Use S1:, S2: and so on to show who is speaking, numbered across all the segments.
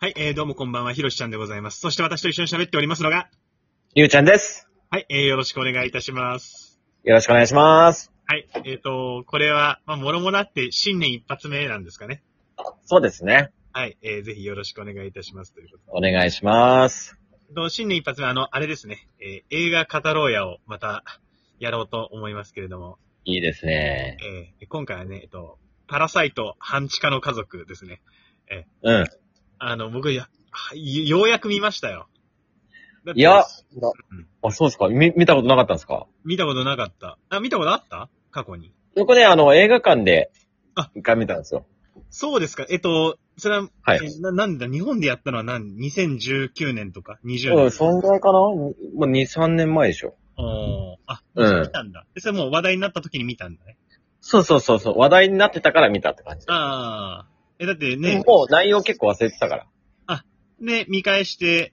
S1: はい、えー、どうもこんばんは、ひろしちゃんでございます。そして私と一緒に喋っておりますのが、
S2: ゆうちゃんです。
S1: はい、えー、よろしくお願いいたします。
S2: よろしくお願いします。
S1: はい、えっ、と、これは、まあ、もろもろあって新年一発目なんですかね。
S2: そうですね。
S1: はい、えー、ぜひよろしくお願いいたしますということ
S2: お願いします。
S1: で。と新年一発目、あの、あれですね、えー、映画語ろうやをまたやろうと思いますけれども、
S2: いいですね。
S1: えー、今回はね、えっ、と、パラサイト半地下の家族ですね。
S2: うん。
S1: あの、僕、や、ようやく見ましたよ。だって
S2: い
S1: う
S2: や
S1: ん
S2: あ、そうですか見、見たことなかったんですか
S1: 見たことなかった。あ、見たことあった過去に。
S2: 僕ね、あの、映画館で
S1: あ、
S2: 一回見たんですよ。
S1: そうですか。えっと、それは、
S2: はい
S1: えななんだ、日本でやったのは何 ?2019 年とか ?20
S2: うん、
S1: 年。
S2: そんぐらいかなもう2、3年前でしょ。
S1: おーあ、
S2: うん
S1: 見たんだ。でそれもう話題になった時に見たんだね。
S2: そうそうそうそう。話題になってたから見たって感じ。
S1: ああ。え、だってね、
S2: もう内容結構忘れてたから。
S1: ね、見返して、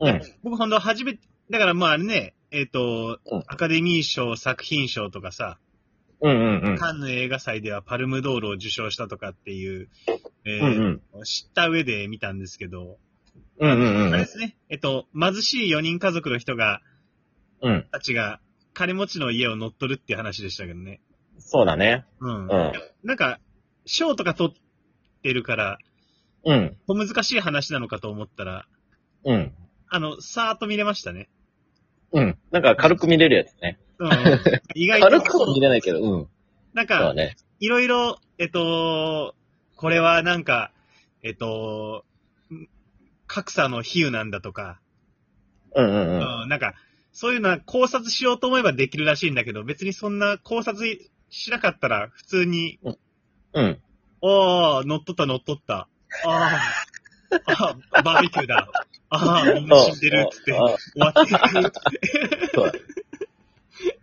S2: うん。
S1: 僕ほんと初めて、だからまあね、えっ、と、
S2: うん
S1: アカデミー賞作品賞とかさ、
S2: うんうん
S1: カンヌ映画祭ではパルムドールを受賞したとかっていう、え
S2: うん。うんう
S1: ー
S2: ん。
S1: 知った上で見たんですけど、
S2: うんうんう
S1: あれ
S2: ん
S1: ですね、えっと、貧しい4人家族の人が、
S2: うん。うん。
S1: たちが金持ちの家を乗っ取るっていう話でしたけどね。
S2: そうだね。
S1: うん。
S2: うん。
S1: なんか、賞とか取ってるから、
S2: うん。
S1: 小難しい話なのかと思ったら、
S2: うん。
S1: あの、さーっと見れましたね。
S2: うん。なんか軽く見れるやつね。
S1: うん。意外
S2: 軽くは見
S1: と、
S2: れないけど、うん。
S1: なん
S2: そうだ
S1: か、
S2: ね。
S1: いろいろ、えっと、これはなんか、えっと、格差の比喩なんだとか、
S2: うんうん
S1: う
S2: うんん。
S1: なんか、そういうのは考察しようと思えばできるらしいんだけど、別にそんな考察しなかったら、普通に
S2: うん。
S1: おー、乗っとった乗っとった。あー、あーバーベキューだ。あー、みんな死んでるっつって、終
S2: あ
S1: わっていく
S2: そう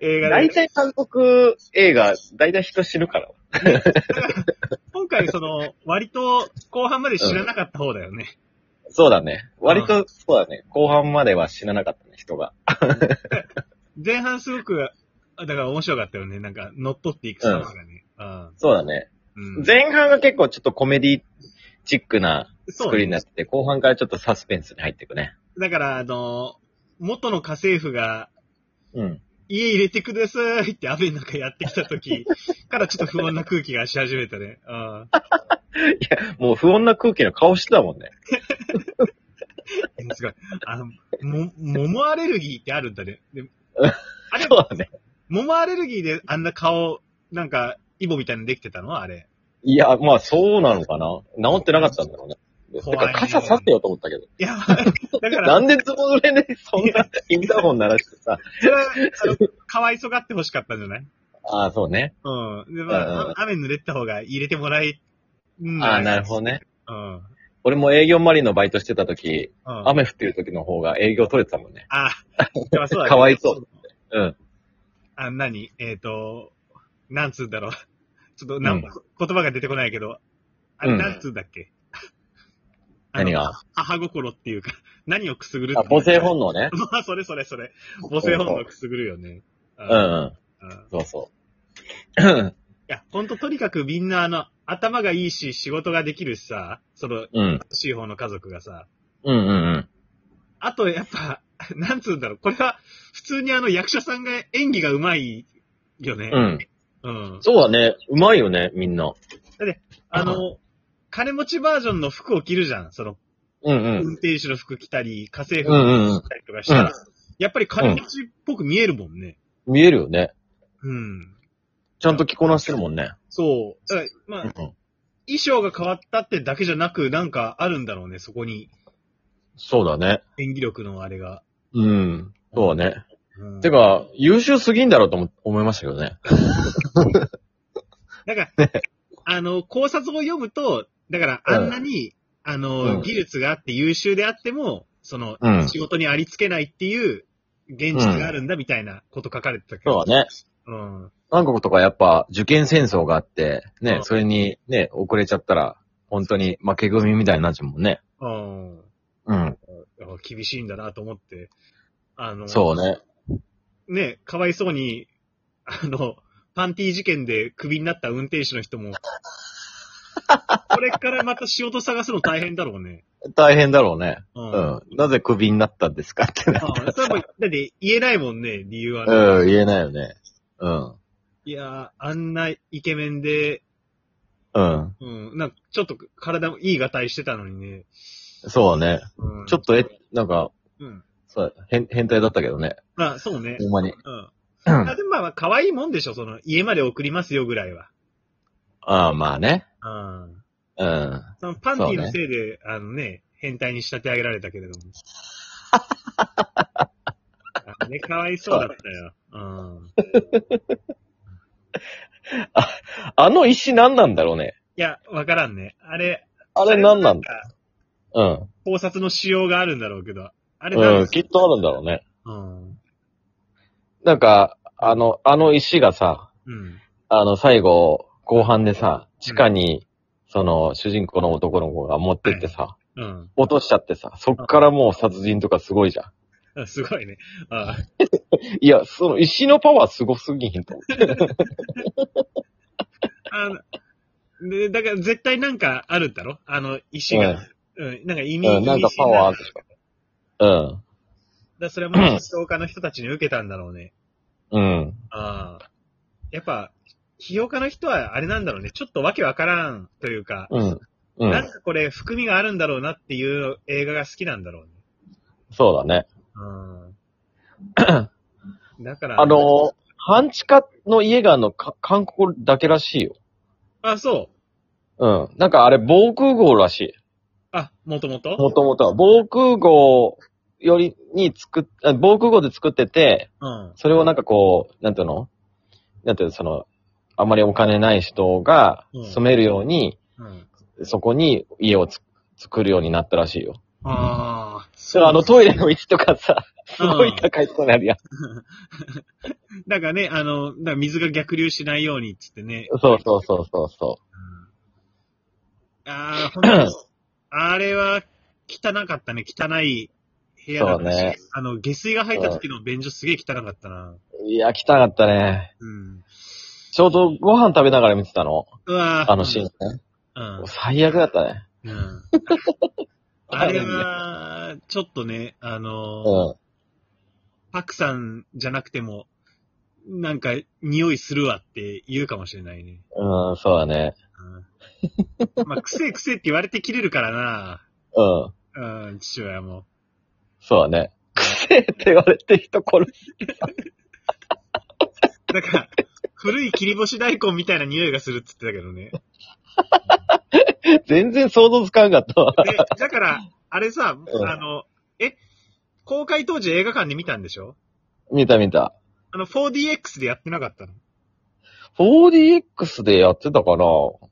S1: 映画
S2: 大
S1: で。
S2: 体韓国映画、大体人知るから。
S1: 今回その、割と後半まで知らなかった方だよね。
S2: そうだね。割と、そうだね。後半までは知らなかったね、人が。
S1: 前半すごく、あだから面白かったよね。なんか、乗っ取っていく様がね。あ
S2: そうだね。
S1: ーうん
S2: 前半が結構ちょっとコメディチックな
S1: そう
S2: 作りに
S1: ね。
S2: なってて、後半からちょっとサスペンスに入っていくね。
S1: だから、あの、元の家政婦が、
S2: うん。
S1: 家入れてくださいって雨の中やってきた時 からちょっと不穏な空気がし始めたね。あー
S2: もう不穏な空気の顔してたもんね。
S1: すごい。あの、も、桃アレルギーってあるんだね。 であれ
S2: そ、うだね。
S1: 桃アレルギーであんな顔、なんか、イボみたいなのできてたのあれ。
S2: いや、まあそうなのかな。治ってなかったんだろうね。て
S1: 怖い
S2: か傘させようと思った けど。
S1: いや、だか
S2: な
S1: ら、
S2: んでズボンでそんなインターホン鳴らしてさ。
S1: それは、あの、かわいそがってほしかったんじゃない
S2: ああ、そうね。
S1: うん。で、ま
S2: うん
S1: あ、雨濡れてた方が入れてもらえ、うん
S2: ああ、なるほどね。
S1: ど。うん。
S2: 俺も営業マリーのバイトしてた時、
S1: うん、
S2: 雨降ってる時の方が営業取れてたもんね。
S1: あ、でもそうだね
S2: かわいそう。うん。
S1: あ、何えっ、と、なんつうんだろう。 ちょっとなん、
S2: うん
S1: 言葉が出てこないけど、あれ
S2: うん
S1: なんつうんだっけ、あの
S2: 何が
S1: 母心っていうか、 何をくすぐる
S2: あ、母性本能ね。
S1: 能。 まあ、それそれそれ。母性本能くすぐるよね。
S2: うん
S1: あ
S2: うん。
S1: あい
S2: そうそう。
S1: や、ほんととにかくみんなあの、頭がいいし、仕事ができるしさ、その、
S2: うん。
S1: C 方の家族がさ、
S2: うんうんうん。
S1: あとやっぱ、 なんつうんだろう、これは、普通にあの役者さんが演技が上手いよね。
S2: うん。
S1: うん。
S2: そうだね。うまいよね、みんな。
S1: あの、金持ちバージョンの服を着るじゃん。その、
S2: うんう
S1: 運
S2: ん。
S1: 転手の服着たり、家政
S2: う
S1: 婦の
S2: んうん
S1: 服着たりとかしたら、やっぱり金持ちっぽく見えるもんね。
S2: うん。見えるよね。
S1: うん。
S2: ちゃんと着こなしてるもんね。
S1: そう。だからまあ、
S2: うんうん。
S1: 衣装が変わったってだけじゃなく、なんかあるんだろうね、そこに。
S2: そうだね。
S1: 演技力のあれが。
S2: うん。そうだね。
S1: うん、
S2: てか、優秀すぎんだろうと思思いましたけどね。
S1: だから、あの、考察を読むと、だからあんなに、あの、
S2: うん
S1: 技術があって優秀であっても、その、
S2: うん
S1: 仕事にありつけないっていう現実があるんだみたいなこと書かれてたけど。
S2: そうだね。
S1: うん。
S2: 韓国とかやっぱ受験戦争があって、
S1: う
S2: ね
S1: ん、
S2: それにね、遅れちゃったら、本当に負け組みたいになっちゃうもんね。
S1: うん。
S2: うん。
S1: あ厳しいんだなと思って、あの、
S2: そうね。
S1: ね、かわいそうに、 あの、パンティ事件でクビになった運転手の人も、これからまた仕事探すの大変だろうね。
S2: 大変だろうね。
S1: う。
S2: うん
S1: あ
S2: ん。なぜクビになったんですかってな。
S1: あそれも、だって言えないもんね、理由はね、
S2: うん、言えないよね。うん。
S1: いやー、あんなイケメンで、
S2: うん。
S1: うん、なんかちょっと体もいいがたいしてたのにね。
S2: そうね。
S1: うん、
S2: ちょっと、え、なんか、
S1: うん。
S2: そう、変、変態だったけどね。
S1: まあ、そうね。
S2: ほんまに。
S1: うん。
S2: あ
S1: あでもまあまあ、可愛いもんでしょ、その、家まで送りますよぐらいは。
S2: あ、まあね。
S1: うん。
S2: うん。
S1: そのパンティー
S2: そう
S1: の
S2: ね
S1: せいで、あのね、変態に仕立て上げられたけれども。あれね、かわいそうだったよ。うん。
S2: あの石何なんだろうね。
S1: いや、わからんね。あれ、
S2: あ
S1: あ
S2: れ何なんだ
S1: か
S2: うん。
S1: 考察のしようがあるんだろうけど。あれ
S2: う
S1: 何
S2: ん、きっとあるんだろうね。
S1: うん。
S2: なんか、あの、あの石がさ、
S1: うん。
S2: あの、最後、後半でさ、地下に、その、主人公の男の子が持ってってさ、
S1: うん。
S2: 落としちゃってさ、そっからもう殺人とかすごいじゃん。
S1: あすごいね。あ
S2: いや、その石のパワーすごすぎひんと思って。
S1: あの、で、だから絶対なんかあるんだろあの、石が。うん。なんか意味、
S2: うん、なんかパワーあるでしょ。
S1: だそれも思想家の人たちに受けたんだろうね。
S2: うん。うん。
S1: ああ。やっぱ、起業家の人はあれなんだろうね。ちょっとわけわからんというか、
S2: うん。う
S1: なん
S2: ん。
S1: かこれ含みがあるんだろうなっていう映画が好きなんだろうね。
S2: そうだね。
S1: うん。だから、
S2: あの、半地下の家があの、か韓国だけらしいよ。
S1: あ、そう。
S2: うん。なんかあれ、防空壕らしい。
S1: あ、もともと
S2: もともとは。防空壕よりに作っ、あ防空壕で作ってて、
S1: うん。
S2: それをなんかこう、なんていうのなんていうのその、あまりお金ない人が
S1: うん
S2: 住めるように、
S1: うん。
S2: そこに家をつ作るようになったらしいよ。
S1: ああ、
S2: それあのトイレの位置とかさ、すご
S1: う
S2: い
S1: ん
S2: 高いとこにあるやん。
S1: だからね、あの、だから水が逆流しないようにっつってね。
S2: そうそうそうそうそ
S1: うん、ああ、ほんとにあれは汚かったね、汚い部屋だったし、
S2: そうね
S1: あの、下水が入った時の便所すげえ汚かったな。
S2: う。いや、汚かったね。
S1: うん。
S2: ちょうどご飯食べながら見てたの
S1: うわー
S2: あのシーンね。
S1: うん。
S2: 最悪だったね。
S1: うん。あれは、ちょっとね、あのー、
S2: うん。
S1: パクさんじゃなくても、なんか、匂いするわって言うかもしれないね。
S2: うん、そうだね。
S1: うん、まあ、癖癖って言われて切れるからな。
S2: うん。
S1: うん、父親も。
S2: そうだね。くせえって言われて人殺す。
S1: なんか、古い切り干し大根みたいな匂いがするって言ってたけどね。
S2: 全然想像つかんかったわ。
S1: で、だから、あれさ、
S2: うん
S1: あの、え、公開当時映画館で見たんでしょ
S2: 見た見た。
S1: あの、4DX でやってなかったの
S2: 4DX でやってたかな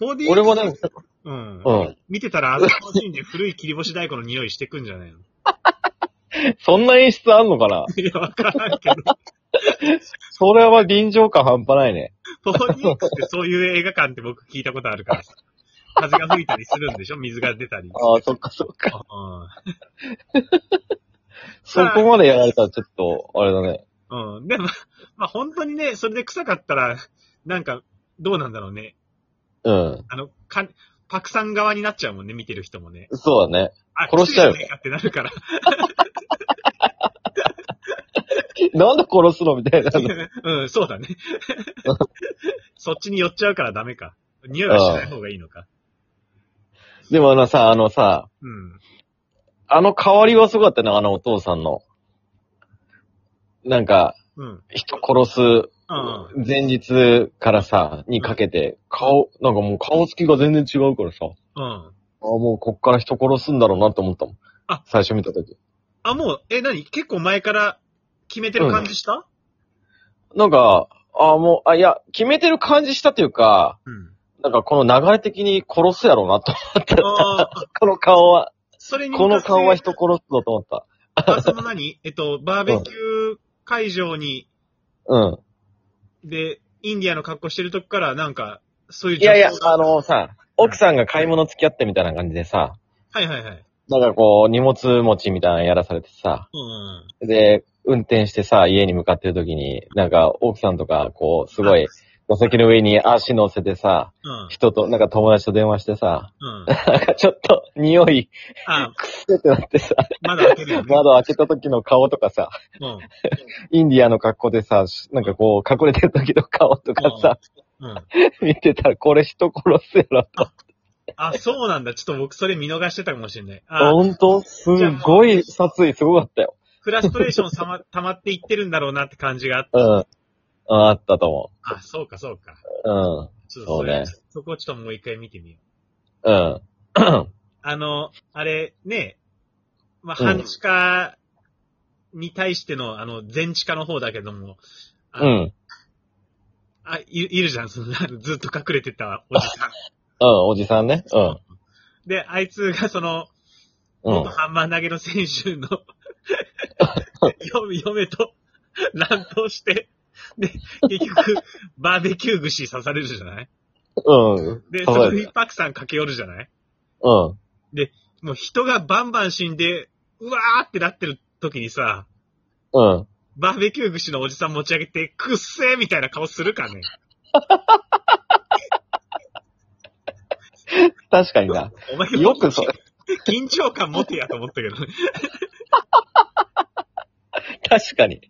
S1: ?4DX?
S2: 俺もなんか、
S1: うん。
S2: うん。
S1: 見てたら、あのシーンで古い切り干し大根の匂いしてくんじゃないの
S2: そんな演出あんのかない
S1: や、わからんけど。
S2: それは臨場感半端ないね。
S1: 4DX ってそういう映画館って僕聞いたことあるから。風が吹いたりするんでしょ水が出たり。
S2: ああ、そっかそっか。
S1: う
S2: そこまでやられたらちょっと、あれだね。
S1: ん。うん。でも、まあ本当にね、それで臭かったら、なんか、どうなんだろうね。
S2: うん。
S1: あの、か、パクさん側になっちゃうもんね、見てる人もね。
S2: そうだね。
S1: あ
S2: 殺しちゃうよ
S1: ねえかってなる から。
S2: なんで殺すのみ たいな。
S1: うん、そうだね。 そっちに寄っちゃうからダメか。匂いはしない方がいいのか。
S2: でもあのさ、あのさ、
S1: うん。
S2: あの変わりはすごかったね、あのお父さんの。なんか、
S1: うん。
S2: 人殺す
S1: うん。
S2: 前日からさ、にかけて、顔、なんかもう顔つきが全然違うからさ、
S1: うん。
S2: ああ、もうこっから人殺すんだろうなって思ったもん。
S1: あ
S2: 最初見た時。
S1: あ、もう、え、何結構前から決めてる感じした
S2: なんか、ああ、もう、あ、いや、決めてる感じしたというか、
S1: うん。
S2: なんかこの流れ的に殺すやろうなと 思った。
S1: あ あ、
S2: この顔は、
S1: それに
S2: この顔は人殺すぞと思った。
S1: あ、その何えっと、バーベキュー会場に、
S2: うん。
S1: で、インディアの格好してるとこから、なんか、そういう
S2: いやいや、
S1: 情報が
S2: あ、のさ、奥さんが買い物付き合ってみたいな感じでさ、
S1: はいはいはい。
S2: なんかこう、荷物持ちみたいなのやらされてさ、
S1: うん。
S2: で、運転してさ、家に向かってる時に、なんか、奥さんとか、こう、すごい、座席の上に足乗せてさ、
S1: うん。
S2: 人と、なんか友達と電話してさ、
S1: うん。
S2: なんかちょっと匂い、
S1: あ、
S2: くすってなってさ、
S1: まだ開けるよね。
S2: 窓開けた時の顔とかさ、
S1: うん。
S2: インディアの格好でさ、しなんかこう、隠れてる時の顔とかさ、
S1: うん。
S2: 見てたらこれ人殺すやろと。
S1: あ、そうなんだ。ちょっと僕それ見逃してたかもしれない。あ、
S2: ほんとすごい殺意すごかったよ。
S1: フラストレーションさ ま、溜まっていってるんだろうなって感じがあって。
S2: うん。あったと思
S1: あ、そうか、そうか。
S2: う。うん。
S1: ちょっとそれ、
S2: そう
S1: そこをちょっともう一回見てみよう。
S2: うん。
S1: あの、あれ、ね、まあ、
S2: うん
S1: 半地下に対しての、あの、全地下の方だけども、あ
S2: う
S1: の
S2: ん。うん。
S1: あ、いいるじゃん、その、あのずっと隠れてたおじさん。
S2: おじさんね。うん。
S1: で、あいつがその、
S2: う
S1: 元
S2: ん。
S1: ハンマー投げの選手 の嫁、嫁と乱闘して、で、結局、バーベキュー串刺されるじゃない
S2: うん。
S1: で、そ
S2: そうだよ
S1: こ
S2: ね
S1: にパクさん駆け寄るじゃない
S2: うん。
S1: もう人がバンバン死んで、うわーってなってる時にさ、
S2: うん。
S1: バーベキュー串のおじさん持ち上げて、くっせーみたいな顔するかね。
S2: 確かにな。
S1: お前
S2: よくそれ、
S1: 緊張感持てやと思ったけどね。
S2: 確かに。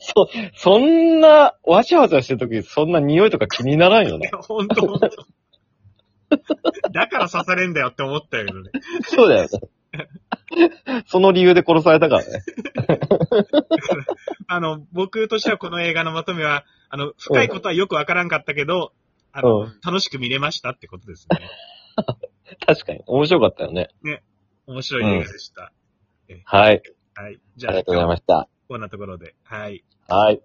S2: そ、そんな、わちゃわちゃしてるとき、そんな匂いとか気にならんよ
S1: い
S2: ね
S1: や。ほんとほんと。だから刺されんだよって思ったけどね。
S2: そうだよね。その理由で殺されたからね。
S1: あの、僕としてはこの映画のまとめは、あの、深いことはよくわからんかったけど、あの、
S2: うん
S1: 楽しく見れましたってことですね。
S2: 確かに。面白かったよね。
S1: 面白い映画でした。
S2: はい。
S1: はい。じ
S2: あ
S1: ゃ
S2: り
S1: あ、
S2: がとうございました。
S1: こんなところで。はい。
S2: はい。